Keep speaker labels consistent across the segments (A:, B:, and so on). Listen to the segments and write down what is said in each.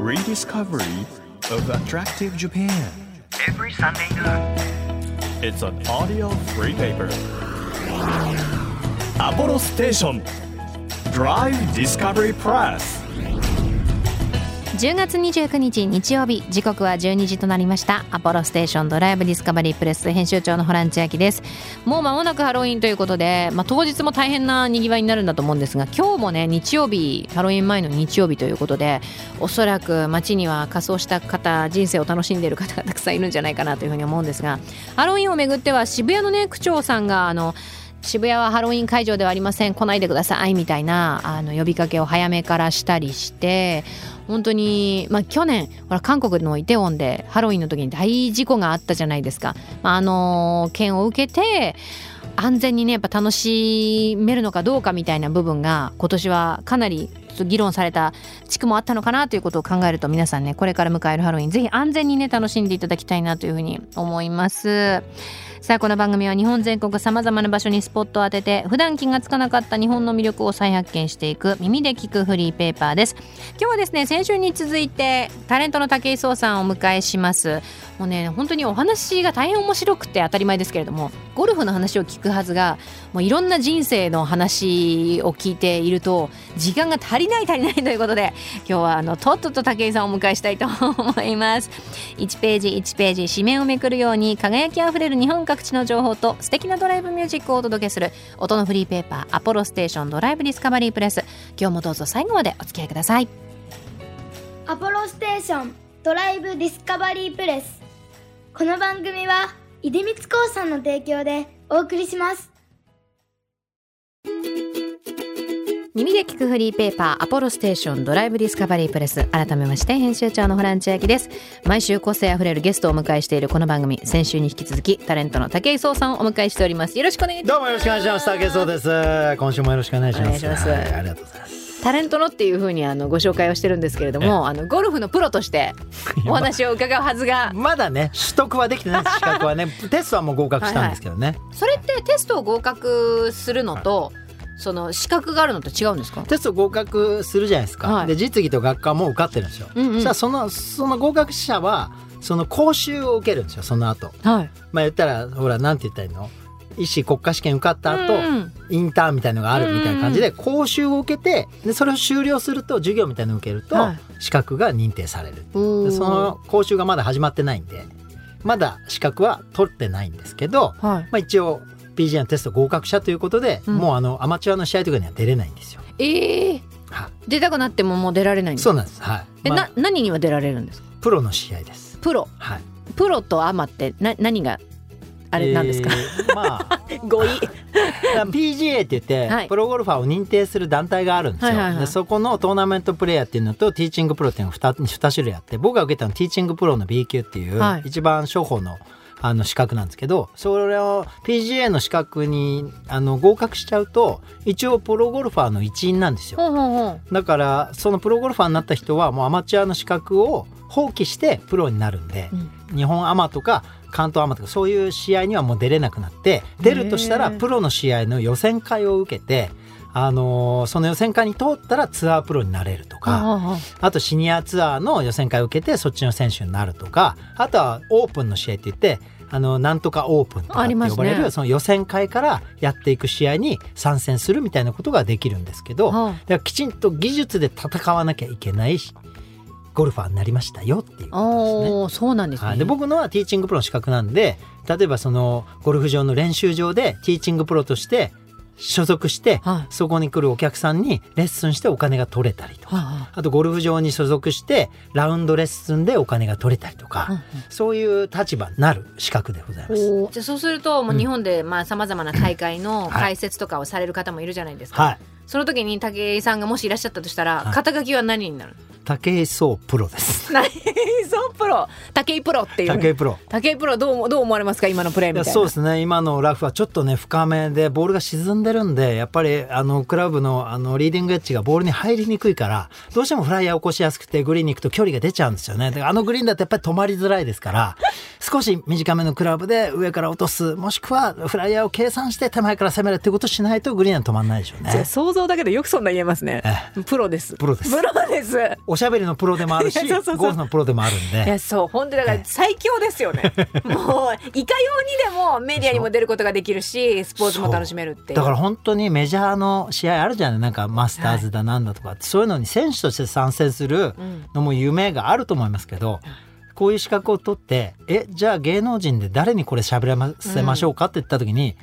A: Rediscovery of Attractive Japan.
B: every Sunday noon.
A: It's an audio free paper. Apollo Station Drive Discovery Press.
C: 10月29日日曜日時刻は12時となりましたアポロステーションドライブディスカバリープレス編集長のホラン千秋ですもう間もなくハロウィンということで、まあ、当日も大変なにぎわいになるんだと思うんですが今日もね日曜日ハロウィン前の日曜日ということでおそらく街には仮装した方人生を楽しんでいる方がたくさんいるんじゃないかなというふうに思うんですがハロウィンをめぐっては渋谷のね区長さんがあの渋谷はハロウィン会場ではありません来ないでくださいみたいなあの呼びかけを早めからしたりして本当に、まあ、去年ほら韓国のイテウォンでハロウィンの時に大事故があったじゃないですか、まあ、あの件を受けて安全にねやっぱ楽しめるのかどうかみたいな部分が今年はかなりちょっと議論された地区もあったのかなということを考えると皆さんねこれから迎えるハロウィンぜひ安全にね楽しんでいただきたいなというふうに思います。さあこの番組は日本全国さまざまな場所にスポットを当てて普段気がつかなかった日本の魅力を再発見していく耳で聞くフリーペーパーです今日はですね先週に続いてタレントの武井壮さんをお迎えしますもうね本当にお話が大変面白くて当たり前ですけれどもゴルフの話を聞くはずがもういろんな人生の話を聞いていると時間が足りない足りないということで今日はあのとっとと武井さんをお迎えしたいと思います1ページ1ページ紙面をめくるように輝きあふれる日本各地の情報と素敵なドライブミュージックをお届けする音のフリーペーパー「アポロステーションドライブディスカバリープレス」今日もどうぞ最後までお付き合いください
D: アポロステーションドライブディスカバリープレスこの番組は出光興産の提供でお送りします
C: 耳で聞くフリーペーパー「アポロステーションドライブディスカバリープレス」改めまして編集長のホラン千秋です毎週個性あふれるゲストをお迎えしているこの番組先週に引き続きタレントの武井壮さんをお迎えしておりますよろしくお願いいたし
E: ど
C: ま
E: うもよろしくお願いします。竹壮です。今週もよろしくお願いします。
C: お願いします
E: はいありがとうございます。
C: すタレントのっていうふうにあのご紹介をしてるんですけれどもあのゴルフのプロとして お話を伺うはずが
E: まだね、取得はできてないです。資格はね、テストはもう合格したんですけどね。
C: それってテストを合格するのと、その資格があるのと違うんですか
E: テスト合格するじゃないですか。
C: はい
E: で、実技と学科も受かってるんですよ。
C: うんうん
E: そしたらその、その合格者は、その講習を受けるんですよ。その後。
C: はい。
E: まあ、言ったら、ほら、なんて言ったらいいの。医師国家試験受かった後、
C: うん
E: インターンみたいのがあるみたいな感じで講習を受けてでそれを修了すると授業みたいのを受けると
C: はい
E: 資格が認定される、
C: おー
E: でその講習がまだ始まってないんでまだ資格は取ってないんですけど、ま
C: はい。
E: あ、一応 PGA のテスト合格者ということで、
C: うん
E: もうあのアマチュアの試合とかには出れないんですよ。
C: ええ
E: はい
C: 出たくなってももう出られないんです
E: そ
C: か。
E: うなんです、はい
C: え、
E: ま
C: な
E: あ、
C: 何には出られるんですか。
E: プロの試合です、
C: プロ、
E: はい、
C: プロとアマってな何があれなんですか。
E: え ーまあ
C: 語彙。
E: PGA って言って、
C: はい
E: プロゴルファーを認定する団体があるんですよ、
C: はいはいはい
E: でそこのトーナメントプレーヤーっていうのとティーチングプロっていうのが 2, 2種類あって僕が受けたのはティーチングプロの B 級っていう、
C: はい
E: 一番初歩のあの資格なんですけどそれを PGA の資格にあの合格しちゃうと一応プロゴルファーの一員なんですよ
C: ほうほうほう。
E: だからそのプロゴルファーになった人はもうアマチュアの資格を放棄してプロになるんで、日本アマとか関東アマとかそういう試合にはもう出れなくなって出るとしたら
C: へえ
E: プロの試合の予選会を受けて、あのーその予選会に通ったらツアープロになれるとか、
C: はあは
E: あとシニアツアーの予選会を受けてそっちの選手になるとかあとはオープンの試合って言ってあのなんとかオープンとか
C: あ
E: って
C: りますね
E: 呼ばれる、その予選会からやっていく試合に参戦するみたいなことができるんですけど、
C: あは
E: だからきちんと技術で戦わなきゃいけないゴルファーになりましたよってい
C: あ。
E: うことですね。
C: おお、そうなんです
E: は
C: ね。
E: い、で僕のはティーチングプロの資格なんで例えばそのゴルフ場の練習場でティーチングプロとして所属して、
C: はい
E: そこに来るお客さんにレッスンしてお金が取れたりとか、
C: はいはい
E: あとゴルフ場に所属してラウンドレッスンでお金が取れたりとか、
C: うんうん
E: そういう立場になる資格でございます。
C: おーじゃあそうするともう日本でまあさまざまな大会の
E: はい
C: 解説とかをされる方もいるじゃないですか、
E: はい、
C: その時に武井さんがもしいらっしゃったとしたら、
E: はい
C: 肩書きは何になる
E: 武井壮プロです。
C: 何 そうプロ武井プロっていう
E: 武井プロ。
C: 武井プロどうどう思われますか今のプレーみ
E: い
C: たいな
E: やそうですね今のラフはちょっとね深めでボールが沈んでるんでやっぱりあのクラブのあのリーディングエッジがボールに入りにくいからどうしてもフライヤーを起こしやすくてグリーンに行くと距離が出ちゃうんですよねであのグリーンだとやっぱり止まりづらいですから少し短めのクラブで上から落とすもしくはフライヤーを計算して手前から攻めるっていうことをしないとグリーンは止まんないでしょう
C: じゃあ
E: ね
C: 想像だけでよくそんな言えますねプロです
E: プロです
C: プロです
E: 教おしゃべりのプロでもあるし
C: いや そうそうそう
E: ゴルフのプロでもあるん
C: い
E: で
C: やそう本当だから最強ですよ ねもういかようにでもメディアにも出ることができるしスポーツも楽しめるっていう
E: だから本当にメジャーの試合あるじゃないなんかマスターズだなんだとかって、そういうのに選手として参戦する
C: うん
E: のも夢があると思いますけど、こういう資格を取ってえじゃあ芸能人で誰にこれ喋らせましょうかって言った時に、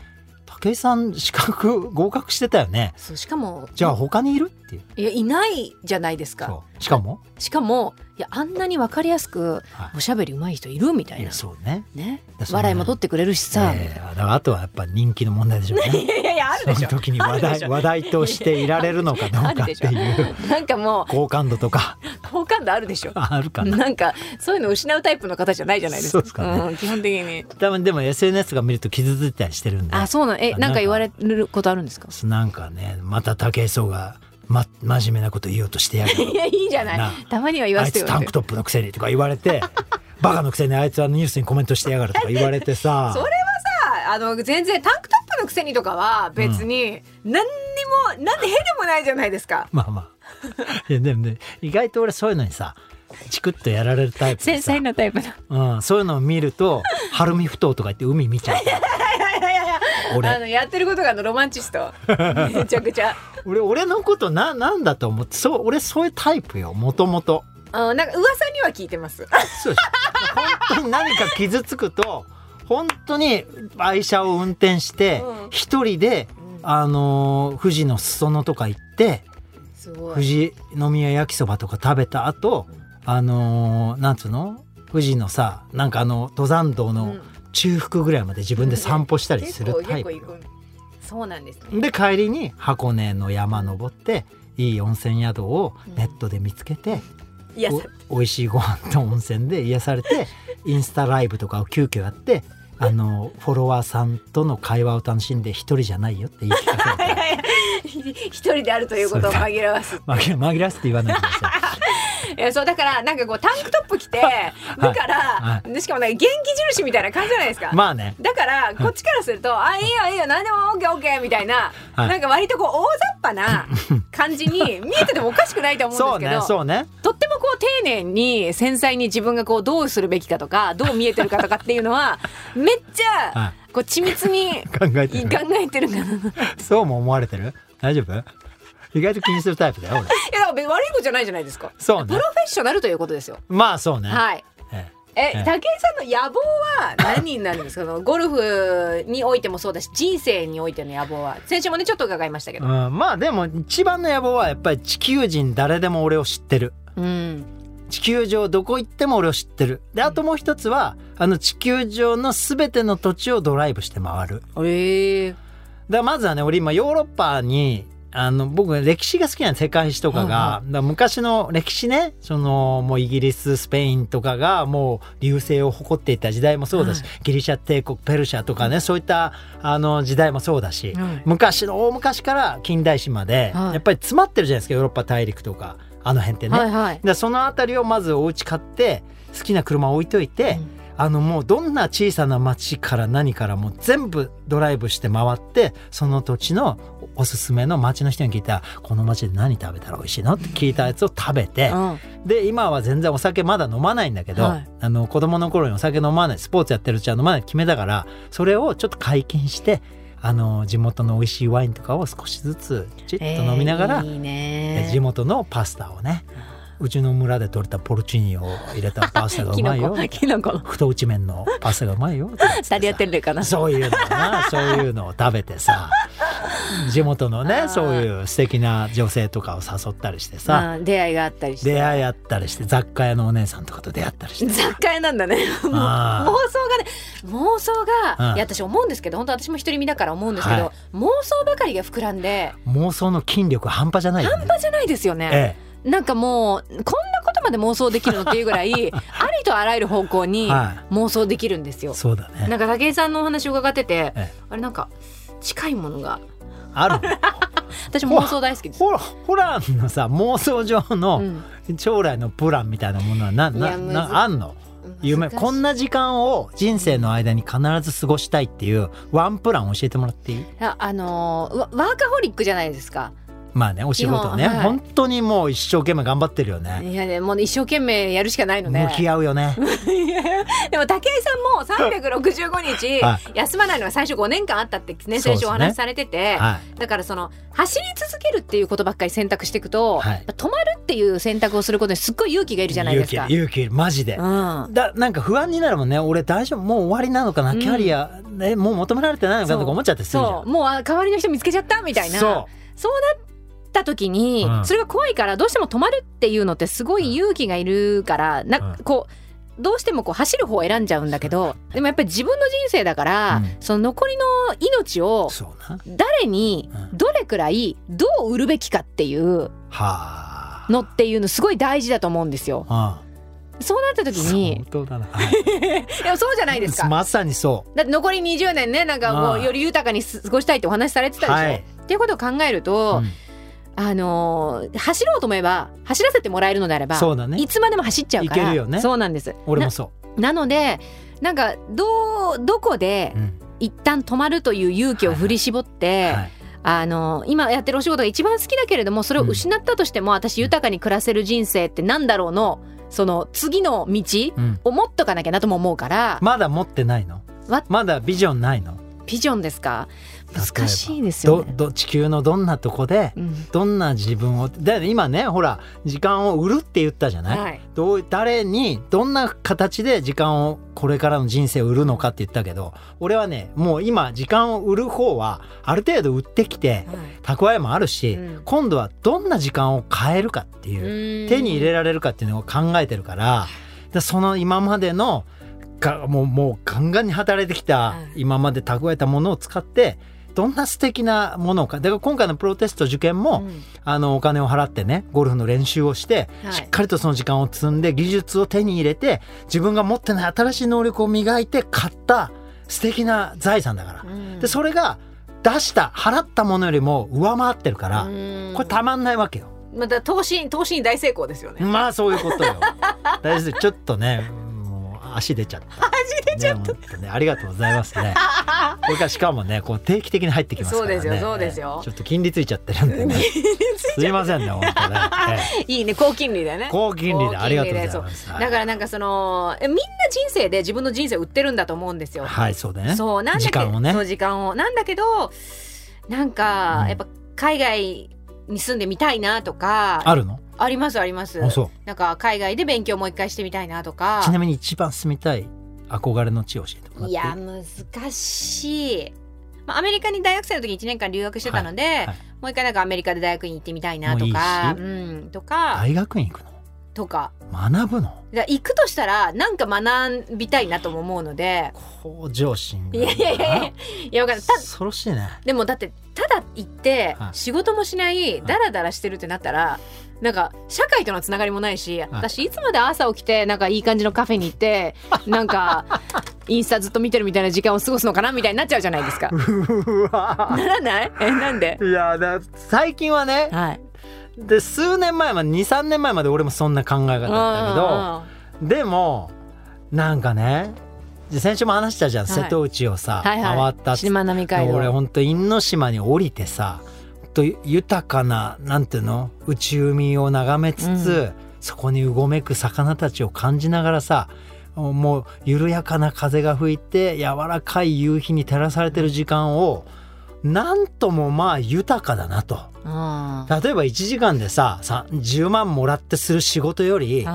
E: 武井さん資格合格してたよね
C: そうしかも
E: じゃあ他にいるっていう
C: いやいないじゃないですか
E: そうしかも
C: しかもいやあんなに分かりやすく
E: はい
C: おしゃべり上手い人いるみた
E: い
C: いな
E: やそうね
C: ね
E: やそう
C: 笑いも取ってくれるしさ、
E: えーだからあとはやっぱ人気の問題でしょうね
C: いやいやいやあるで
E: その
C: しょ
E: 時に
C: あ
E: 話
C: るでし
E: 題
C: ょ
E: 話題としていられるのかどうかって
C: あるで
E: いう
C: しょなんかも
E: 好感度とか
C: う好感度あるでしょ
E: あるかな
C: なんかそういうの失うタイプの方じゃないじゃないですか
E: そうですかね
C: ん、基本的に
E: 多分でも SNS が見ると傷ついたりしてるんで
C: あそうなんえなんか言われることあるんですか
E: なんかねまた武井壮が、ま、真面目なこと言おうとしてやる
C: いやいいじゃな
E: ない
C: たまには言
E: あ
C: わ
E: い
C: せて
E: つ
C: よ
E: タンクトップのくせにとか言わ れてバカのくせにあいつはニュースにコメントしてやがるとか言われてさ
C: それはさあの全然タンクトップのくせにとかは別に何にも何でへでもないじゃないですか
E: まあまあいやでもね意外と俺そういうのにさチクッとやられるタイプで
C: 繊
E: さ
C: 細なタイプだ
E: うん、そういうのを見ると「晴海ふ頭」とか言って海見ちゃう
C: あ
E: 俺
C: のやってることがあのロマンチス トめちゃくちゃ
E: 俺俺のことななんだと思ってそう俺そういうタイプよもともと
C: あなんか噂には聞いて ます
E: そうでしょ本当に何か傷つくと本当に愛車を運転して
C: うん
E: 一人で、あのー富士の裾野とか行って
C: すご
E: 富
C: い
E: 士宮焼きそばとか食べた後あのーなんつうの富士のさなんかあの登山道
C: う
E: の
C: ん
E: 中腹ぐらいまで自分で散歩したりする
C: 結構
E: タイ
C: 結構
E: プ
C: 行
E: よ
C: くそうなんですね
E: で帰りに箱根の山登っていい温泉宿をネットで見つけて、
C: いや さ
E: お美味しいご飯と温泉で癒され てインスタライブとかを急遽やってあのフォロワーさんとの会話を楽しんで一人じゃないよって言い聞かせるから
C: 一人であるということを紛らわす
E: 紛ら紛らわせて言わないでください。
C: いやそうだからなんかこうタンクトップ着 てだから、
E: は
C: でしかもなんか元気印みたいな感じじゃないです か、
E: まあね
C: だからこっちからすると「あいいよいいよ何でもオッケーオッケー」みたいな、
E: はい
C: なんか割とこう大雑把 な感じに見えててもおかしくないと思
E: そううん
C: ですけ
E: ね
C: ど、
E: そうね
C: とってもこう丁寧に繊細に自分がこうどうするべきかとかどう見えてるかとかっていうの はめっち
E: は
C: ゃこう緻密に
E: 考えてる
C: 考えてるんだな。い
E: そうも思われてる大丈夫意外と気にするタイプだよ俺
C: やだから別に悪いことじゃないじゃないですか。
E: そう
C: プロ
E: ね
C: フェッショナルということですよ。
E: まあそうね、
C: はい。
E: ええ
C: え、武井
E: え
C: さんの野望は何になるんですかそのゴルフにおいてもそうだし人生においての野望は先週もねちょっと伺いましたけ
E: う
C: ど、
E: ん、まあでも一番の野望はやっぱり地球人誰でも俺を知ってる
C: うん、
E: 地球上どこ行っても俺を知ってるであともう一つはあの地球上の全ての土地をドライブして回るだか
C: ええ
E: らまずはね俺今ヨーロッパにあの僕歴史が好きなんです世界史とかが、
C: はい
E: だから昔の歴史ねそのもうイギリススペインとかがもう隆盛を誇っていた時代もそうだし、
C: は
E: ギリシャ帝国ペルシャとかねそういったあの時代もそうだし、
C: はい
E: 昔の大昔から近代史まで、
C: はい
E: やっぱり詰まってるじゃないですかヨーロッパ大陸とかあの辺ってね。
C: はいはい
E: でその辺りをまずお家買って好きな車を置いといて、あのもうどんな小さな町から何からも全部ドライブして回ってその土地のおすすめの町の人に聞いた「この町で何食べたら美味しいの?」って聞いたやつを食べて、
C: うん
E: で今は全然お酒まだ飲まないんだけど、
C: はい
E: あの子供の頃にお酒飲まないスポーツやってるうちは飲まないって決めたからそれをちょっと解禁してあの地元の美味しいワインとかを少しずつちっと飲みながら、
C: ええいい
E: え地
C: ね
E: 元のパスタをねうちの村で取れたポルチーニを入れたパス タがう
C: キ
E: まい
C: ノ
E: よ
C: コキノコの
E: 太打ち麺のパスタがうまいよ
C: タリアテッレかな
E: そういうのなそういうのを食べてさ 地元の
C: あ
E: ね
C: ー
E: そういう素敵な女性とかを誘ったりしてさ
C: あ出会いがあったりして
E: 出会いあったりして雑貨屋のお姉さんとかと出会ったりして
C: 雑貨屋なんだねもう妄想
E: あー
C: がね妄想が、
E: うん
C: いや私思うんですけど本当私も独り身だから思うんですけど、
E: はい
C: 妄想ばかりが膨らんで
E: 妄想の筋力半端じゃないよね
C: 半端じゃないですよね、
E: え
C: なんかもうこんなことまで妄想できるのっていうぐら いありとあらゆる方向に
E: は
C: 妄想できるんですよ
E: え。そうだ
C: な
E: ね
C: んか武井さんのお話を伺ってて、
E: ええ
C: あれなんか近いものが
E: ある
C: 私妄想大好きです。
E: ほらホランのさ妄想上
C: う
E: の
C: ん
E: 将来のプランみたいなものはない
C: や
E: な
C: むず
E: なあんの
C: 難
E: 夢
C: しい
E: こんな時間を人生の間に必ず過ごしたいっていうワンプラン教えてもらっていい
C: ああのーワワーカホリックじゃないですか。
E: まあねお仕事ね、
C: 基本はい
E: 本当にもう一生懸命頑張ってるよね、
C: いやねもうね一生懸命やるしかないのね
E: 向き合うよね
C: でも武井さんも365日
E: は
C: 休まないのが最初5年間あったってね
E: そうですね
C: 先週お話しされてて、
E: は
C: だからその走り続けるっていうことばっかり選択していくと、
E: はい
C: 止まるっていう選択をすることにすっごい勇気がいるじゃないですか。
E: 勇気勇気マジで、
C: うん
E: だなんか不安になるもんね俺大丈夫もう終わりなのかな、
C: うん
E: キャリア、ね、もう求められてないのかなとか思っちゃってするじゃん
C: そうもうあ代わりの人見つけちゃったみたいな
E: そう
C: そうなった時に、
E: うん
C: それが怖いからどうしても止まるっていうのってすごい勇気がいるからな、
E: うん
C: こうどうしてもこう走る方を選んじゃうんだけどでもやっぱり自分の人生だから、
E: うん
C: その残りの命を
E: そうな
C: 誰に
E: うん
C: どれくらいどう売るべきかっていう
E: はあ
C: のっていうのすごい大事だと思うんですよ。
E: あ
C: そうなった時に
E: 本当だな、はい
C: いやそうじゃないですか。
E: まさにそ
C: だって残り20年ねなんかも
E: ああ
C: うより豊かにす過ごしたいってお話しされてたでしょ、
E: はい
C: っていうことを考える
E: う、
C: と
E: う、ん
C: あのー走ろうと思えば走らせてもらえるのであれば
E: そうだね
C: いつまでも走っちゃうから
E: いけるよね
C: そうなんです
E: 俺もそ
C: ななのでなんかどうどこで
E: う、うん
C: 一旦止まるという勇気を振り絞って、
E: はい
C: あのー今やってるお仕事が一番好きだけれどもそれを失ったとしても、私豊かに暮らせる人生ってなんだろうのその次の道
E: うん、
C: を持っとかなきゃなとも思うから、
E: まだ持ってないの
C: わ
E: まだビジョンないの
C: ビジョンですか難しいです
E: ど
C: よね。
E: ど地球のどんなとこで
C: うん
E: どんな自分をだって今ねほら時間を売るって言ったじゃない、
C: はい
E: どう誰にどんな形で時間をこれからの人生を売るのかって言ったけど俺はねもう今時間を売る方はある程度売ってきて蓄えもあるし、
C: うん
E: 今度はどんな時間を変えるかっていう手に入れられるかっていうのを考えてるからでその今までのがもうもうガンガンに働いてきた
C: うん
E: 今まで蓄えたものを使ってどんな素敵なものかだから今回のプロテスト受験も、
C: うん
E: あのお金を払ってねゴルフの練習をして、
C: はい
E: しっかりとその時間を積んで技術を手に入れて自分が持ってない新しい能力を磨いて買った素敵な財産だから、
C: うん
E: でそれが出した払ったものよりも上回ってるから、
C: うん
E: これたまんないわけよ。
C: また投資投資に大成功です よね。
E: まあそういうことよ。大事ですちょっとね、もう足出ちゃった。足出ちゃった。ね、本当ねありがとうございますね。これからしかもね、こう定期的に入ってきますからね。
C: そうですよそうですよ
E: ちょっと金利ついちゃってるんでね。すいませんね、本当ね。 え
C: いいね高金利だよね。
E: え高金利でありがとうござい
C: そう
E: ます。はい
C: だからなんかそのえみんな人生で自分の人生を売ってるんだと思うんですよ。
E: はい、そうだね。
C: そうなんだけ
E: 時間をね
C: そう時間をなんだけどなんか
E: うん
C: やっぱ海外に住んでみたいなとか
E: あるの？
C: ありますあります
E: あ、。そう。
C: なんか海外で勉強もう一回してみたいなとか。
E: ちなみに一番住みたい憧れの地を教えてもらってい
C: い
E: い。
C: や難しい、まあ、アメリカに大学生の時1年間留学してたので、
E: いはい
C: もう一回なんかアメリカで大学院行ってみたいなとか
E: も
C: うん、とか
E: 大学院行くの？
C: とか
E: 学ぶの？
C: だから行くとしたらなんか学びたいなとも思うので
E: 向上心が。
C: いやいやいやいやいやわかんないた
E: 恐ろしいね。
C: でもだってただ行って
E: はい
C: 仕事もしない
E: い
C: ダラダラしてるってなったらなんか社会とのつながりもないし私いつまで朝起きてなんかいい感じのカフェに行 ってなんかインスタずっと見てるみたいな時間を過ごすのかなみたいになっちゃうじゃないですか。
E: うわ
C: ならないえなんで
E: いやだ最近はね
C: はい
E: で数年前まで23年前まで俺もそんな考え方だっ
C: うんうんうん
E: たけどでもなんかねで先週も話したじゃん、
C: はい
E: 瀬戸内をさ、
C: はいはい
E: 回ったっつ
C: 島並海道
E: 俺ほんと因島に降りてさほんと豊かななんていうの内海を眺めつつ、そこにうごめく魚たちを感じながらさもう緩やかな風が吹いて柔らかい夕日に照らされてる時間をなんともまあ豊かだなと
C: うんは
E: 例えば1時間でささ10万もらってする仕事より、
C: い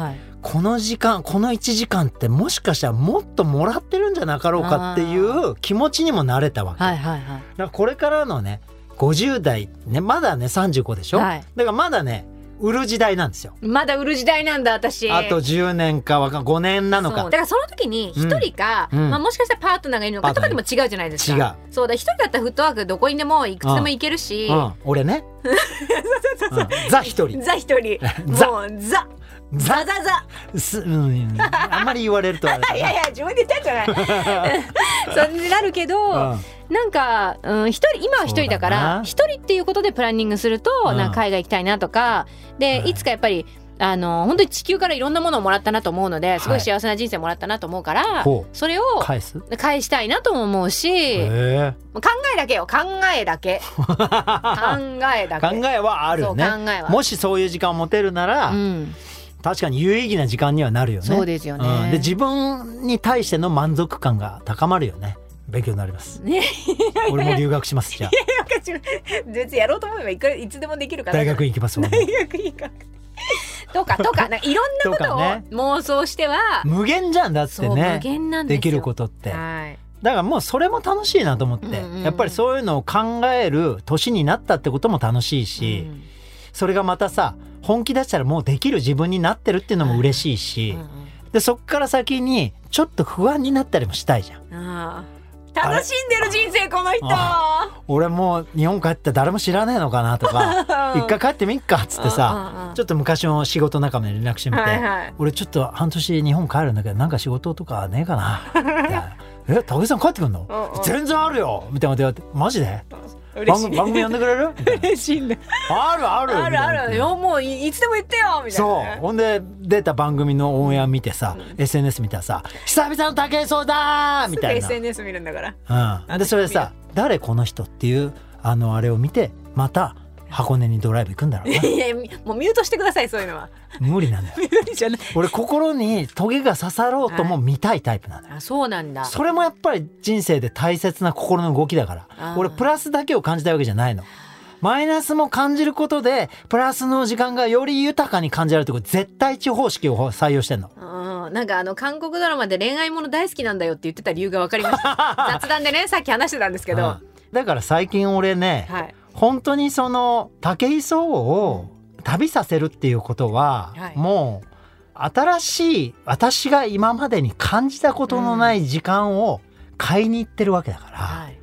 E: この時間この1時間ってもしかしたらもっともらってるんじゃなかろうかっていう気持ちにもなれたわけ。
C: はいはいはい
E: だからこれからのね50代ねまだね35でしょ、
C: はい
E: だからまだね売る時代なんですよ、
C: まだ売る時代なんだ私
E: あと10年かわかん5年なの
C: そ
E: か
C: うだからその時に一人か、
E: うんうん
C: まあ、もしかしたらパートナーがいるのかとかでも違うじゃないですか
E: 違う
C: そうだ一人だったらフットワークどこにでもいくつでも行けるし、
E: うん、俺ねうんザ一人
C: ザ一人
E: ザ
C: もうザザザ ザ
E: す、うん、あんまり言われるとあれだ な
C: いやいや自分で言ったんじゃない そうになるけど、
E: うん
C: なんか、うん、一人今は一人だか
E: そうだ
C: ら
E: な
C: 一人っていうことでプランニングすると、
E: うん
C: なんか海外行きたいなとかで、
E: はい
C: いつかやっぱりあの本当に地球からいろんなものをもらったなと思うのですごい幸せな人生もらったなと思うから、
E: ほう
C: それを
E: 返す
C: 返したいなとも思うし、
E: え
C: 考えだけよ考えだけ考えだけ
E: 考えはあるね
C: そう考えは
E: もしそういう時間を持てるなら、
C: うん、
E: 確かに有意義な時間にはなるよね
C: そうですよね
E: んで自分に対しての満足感が高まるよね勉強になり ます
C: ね
E: 俺も留学します じゃあ
C: なんかちょ別にやろうと思えばいくらいつでもできるから
E: 大学
C: 院
E: 行きます俺も
C: 大学院かとかとかなんかいろんなこと
E: と
C: を
E: かね
C: 妄想しては、
E: 無限じゃんだって
C: そう無
E: ね
C: 限なんです
E: で
C: よ
E: きることってだ
C: はい
E: からもうそれも楽しいなと思って、
C: うんうんうん
E: やっぱりそういうのを考える年になったってことも楽しいし、
C: うん
E: それがまたさ本気出したらもうできる自分になってるっていうのも嬉しいし、
C: うん
E: でそっから先にちょっと不安になったりもしたいじゃん
C: うんああ楽しんでる人生この人
E: あ俺もう日本帰って誰も知らねえのかなと か
C: うん
E: 一回帰ってみっかっつっ
C: うんうん
E: て
C: う
E: さ
C: ん
E: ちょっと昔の仕事仲間に連絡してみて、
C: はいはい
E: 俺ちょっと半年日本帰るんだけどなんか仕事とかねえか なみたいなえ武井さん帰ってくんの
C: うんうん
E: 全然あるよみたいなこと言われてマジで番
C: 嬉し
E: 組番組呼んでくれるみたい
C: い嬉しいんだ
E: なあるあ る
C: ある
E: みたい
C: あ
E: な
C: るよもういいつでも言ってよみたい
E: そ
C: なね
E: うほんで出た番組のオンエア見てさ、SNS 見たらさ「久々の武井壮だ!」み たいな
C: すぐ SNS 見るんだから
E: うん、でそれでさ「誰この人」っていうあのあれを見てまた箱根にドライブ行くんだろうな い
C: やもうミュートしてくださいそういうのは
E: 無理なんだよ
C: 無理じゃない
E: 俺心にトゲが刺さろうとも見たいタイプなんだよ、
C: あそうなんだ
E: それもやっぱり人生で大切な心の動きだか
C: あ
E: ら
C: ー
E: 俺プラスだけを感じたいわけじゃないのマイナスも感じることでプラスの時間がより豊かに感じられるってこれ絶対値方式を採用してんの
C: うん、なんかあの韓国ドラマで恋愛もの大好きなんだよって言ってた理由が分かりました 雑談でねさっき話してたんですけど、
E: うんだから最近俺ね、
C: はい
E: 本当にその武井壮を旅させるっていうことは、
C: はい
E: もう新しい私が今までに感じたことのない時間を買いに行ってるわけだから,、
C: はい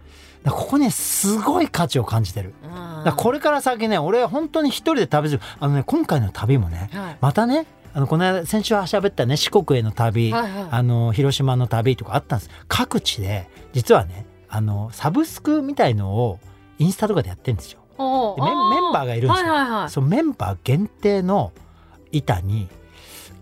E: ここねすごい価値を感じてる。だから
C: あ
E: これから先ね俺は本当に一人で旅するあのね今回の旅もね、
C: はい
E: またねあのこの間先週喋ったね四国への旅、
C: はいはい
E: あの広島の旅とかあったんです各地で実はねあのサブスクみたいのをインスタとかでやってるんですよ。
C: おう
E: でメン
C: あ
E: メンバーがいるんですよ、
C: はいはいはい
E: そのメンバー限定の板に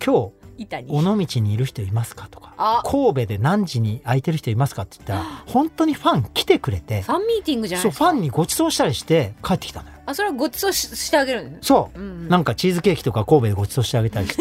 E: 今
C: 板
E: 日
C: に
E: 尾道にいる人いますかと
C: あ
E: か神戸で何時に空いてる人いますかって言ったら本当にファン来てくれて
C: ファンミーティングじゃない
E: そう
C: です
E: フ
C: か
E: ァンにご馳走したりして帰ってきたのよ
C: あそれはごちそうししてあげるんです
E: そう、
C: うんうん
E: なんかチーズケーキとか神戸でご馳走してあげたりし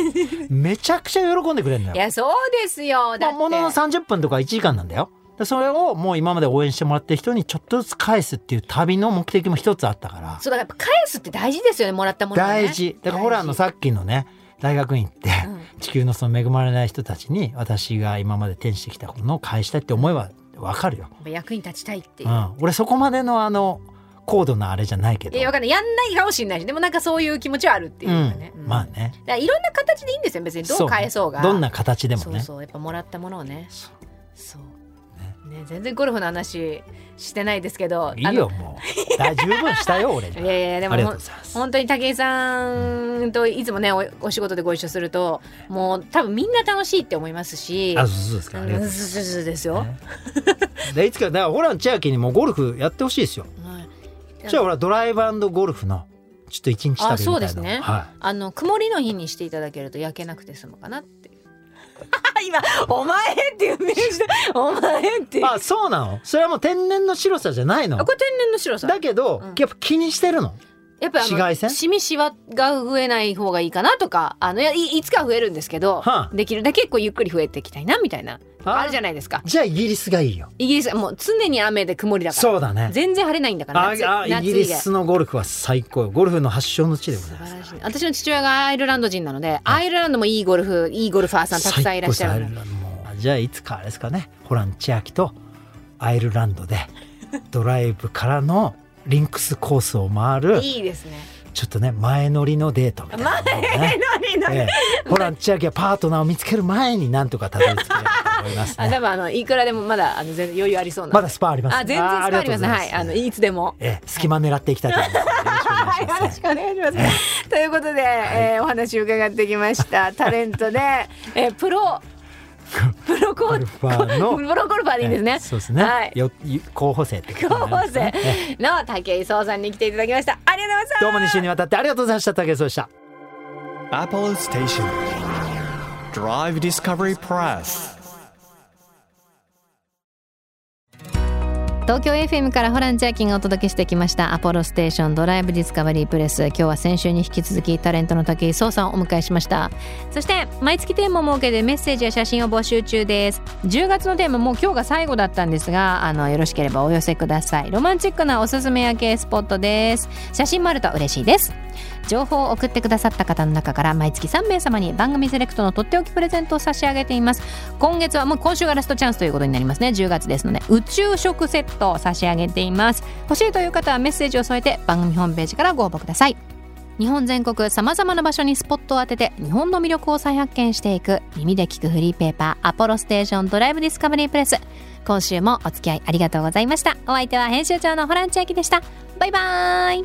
E: てめちゃくちゃ喜んでくれるの
C: い
E: よ、
C: やそうですよだって、
E: まあ、ものの30分とか1時間なんだよでそれをもう今まで応援してもらってる人にちょっとずつ返すっていう旅の目的も一つあったから
C: そうだからやっぱ返すって大事ですよねもらったものをね
E: 大事だからほらあの
C: 大事
E: さっきのね大学院行って、
C: ん
E: 地球のその恵まれない人たちに私が今まで転してきたものを返したいって思いはわかるよ、
C: やっぱ役に立ちたいっていうう、
E: ん、俺そこまでのあの高度なあれじゃないけど
C: いやわかんないやんないかもしれないしでもなんかそういう気持ちはあるっていう
E: う
C: か
E: ん
C: ね、うん
E: まあね
C: だからいろんな形でいいんですよ別にどう返そうが
E: どんな形でも
C: そう
E: ね
C: そうやっぱもらったものをね
E: そ
C: そうね全然ゴルフの話してないですけど
E: いいよもう大十分し たよ俺
C: あのいやいやでも
E: ありが
C: ほ
E: とうんございます
C: 本当に武井さんといつもねおお仕事でご一緒するともう多分みんな楽しいって思いますし
E: あそうですかありがとうございます
C: うんそうそうそうですよ、
E: ねでいつかだからホラン千秋にもゴルフやってほしいですよ。
C: はい
E: じゃあほらドライブゴルフのちょっと一日旅みたいな
C: あそうですね、
E: はい、
C: あの曇りの日にしていただけると焼けなくて済むかなっ ていう今「お前」っていう名刺で「お前」っていう
E: あそうなのそれはもう天然の白さじゃないの
C: あこれ天然の白さ
E: だけど、
C: うん
E: やっぱ気にしてるの
C: やっぱりあの
E: 紫外線
C: シミシワが増えない方がいいかなとかあのいやいいつかは増えるんですけど、
E: はあ
C: できるだけこうゆっくり増えていきたいなみたいな
E: あ
C: あるじゃないですか
E: じゃあイギリスがいいよ
C: イギリスはもう常に雨で曇りだから
E: そうだね
C: 全然晴れないんだから
E: あ
C: 夏
E: あイ
C: 夏
E: ギ
C: 以
E: リ
C: 外
E: スのゴルフは最高よゴルフの発祥の地でござい
C: 素
E: ます
C: 晴らしい私の父親がアイルランド人なのでアイルランドもいいゴルフいいゴルファーさんたくさんいらっしゃる
E: 最
C: の
E: 高ですアイルランドもうじゃあいつかあれですかねホラン千秋とアイルラ ンドでドライブからのリンクスコースを回る
C: いいですね
E: ちょっとね前乗りのデートみたいなのをね、
C: 何何
E: ええホラン千秋はパートナーを見つける前になんとかたどり着ければと思います
C: あ多
E: ね
C: 分あのいくらでもまだあの全然余裕ありそうな
E: まだスパあります
C: あ全然スパありますねはいあのいつでも
E: ええ、隙間狙っていきたいと思います。よろしくお
C: よろ
E: 願いします
C: しくお願いします。ということで、えーお話を伺ってきました。タレントで、えープロ。プロゴ
E: ゴル
C: ル
E: ファーの
C: プロゴルファーでいいんですね。
E: そうですね。
C: はい。
E: よ候補生ってこと
C: 高校
E: になりますね
C: 生の武井壮さんに来ていただきました。ありがとうございました。
E: どうも2週にわたってありがとうございました。竹井壮でした。
A: Apollo Station. Drive Discovery Press.
C: 東京 FM からホラン千秋がお届けしてきました「アポロステーションドライブ・ディスカバリー・プレス」今日は先週に引き続きタレントの武井壮さんをお迎えしましたそして毎月テーマを設けてメッセージや写真を募集中です10月のテーマもう今日が最後だったんですがあのよろしければお寄せくださいロマンチックなおすすめ夜景スポットです写真もあると嬉しいです情報を送ってくださった方の中から毎月3名様に番組セレクトのとっておきプレゼントを差し上げています今月はもう今週がラストチャンスということになりますね10月ですので宇宙食セットを差し上げています欲しいという方はメッセージを添えて番組ホームページからご応募ください日本全国さまざまな場所にスポットを当てて日本の魅力を再発見していく耳で聞くフリーペーパー「アポロステーションドライブ・ディスカバリー・プレス」今週もお付き合いありがとうございましたお相手は編集長のホラン千秋でしたバイバーイ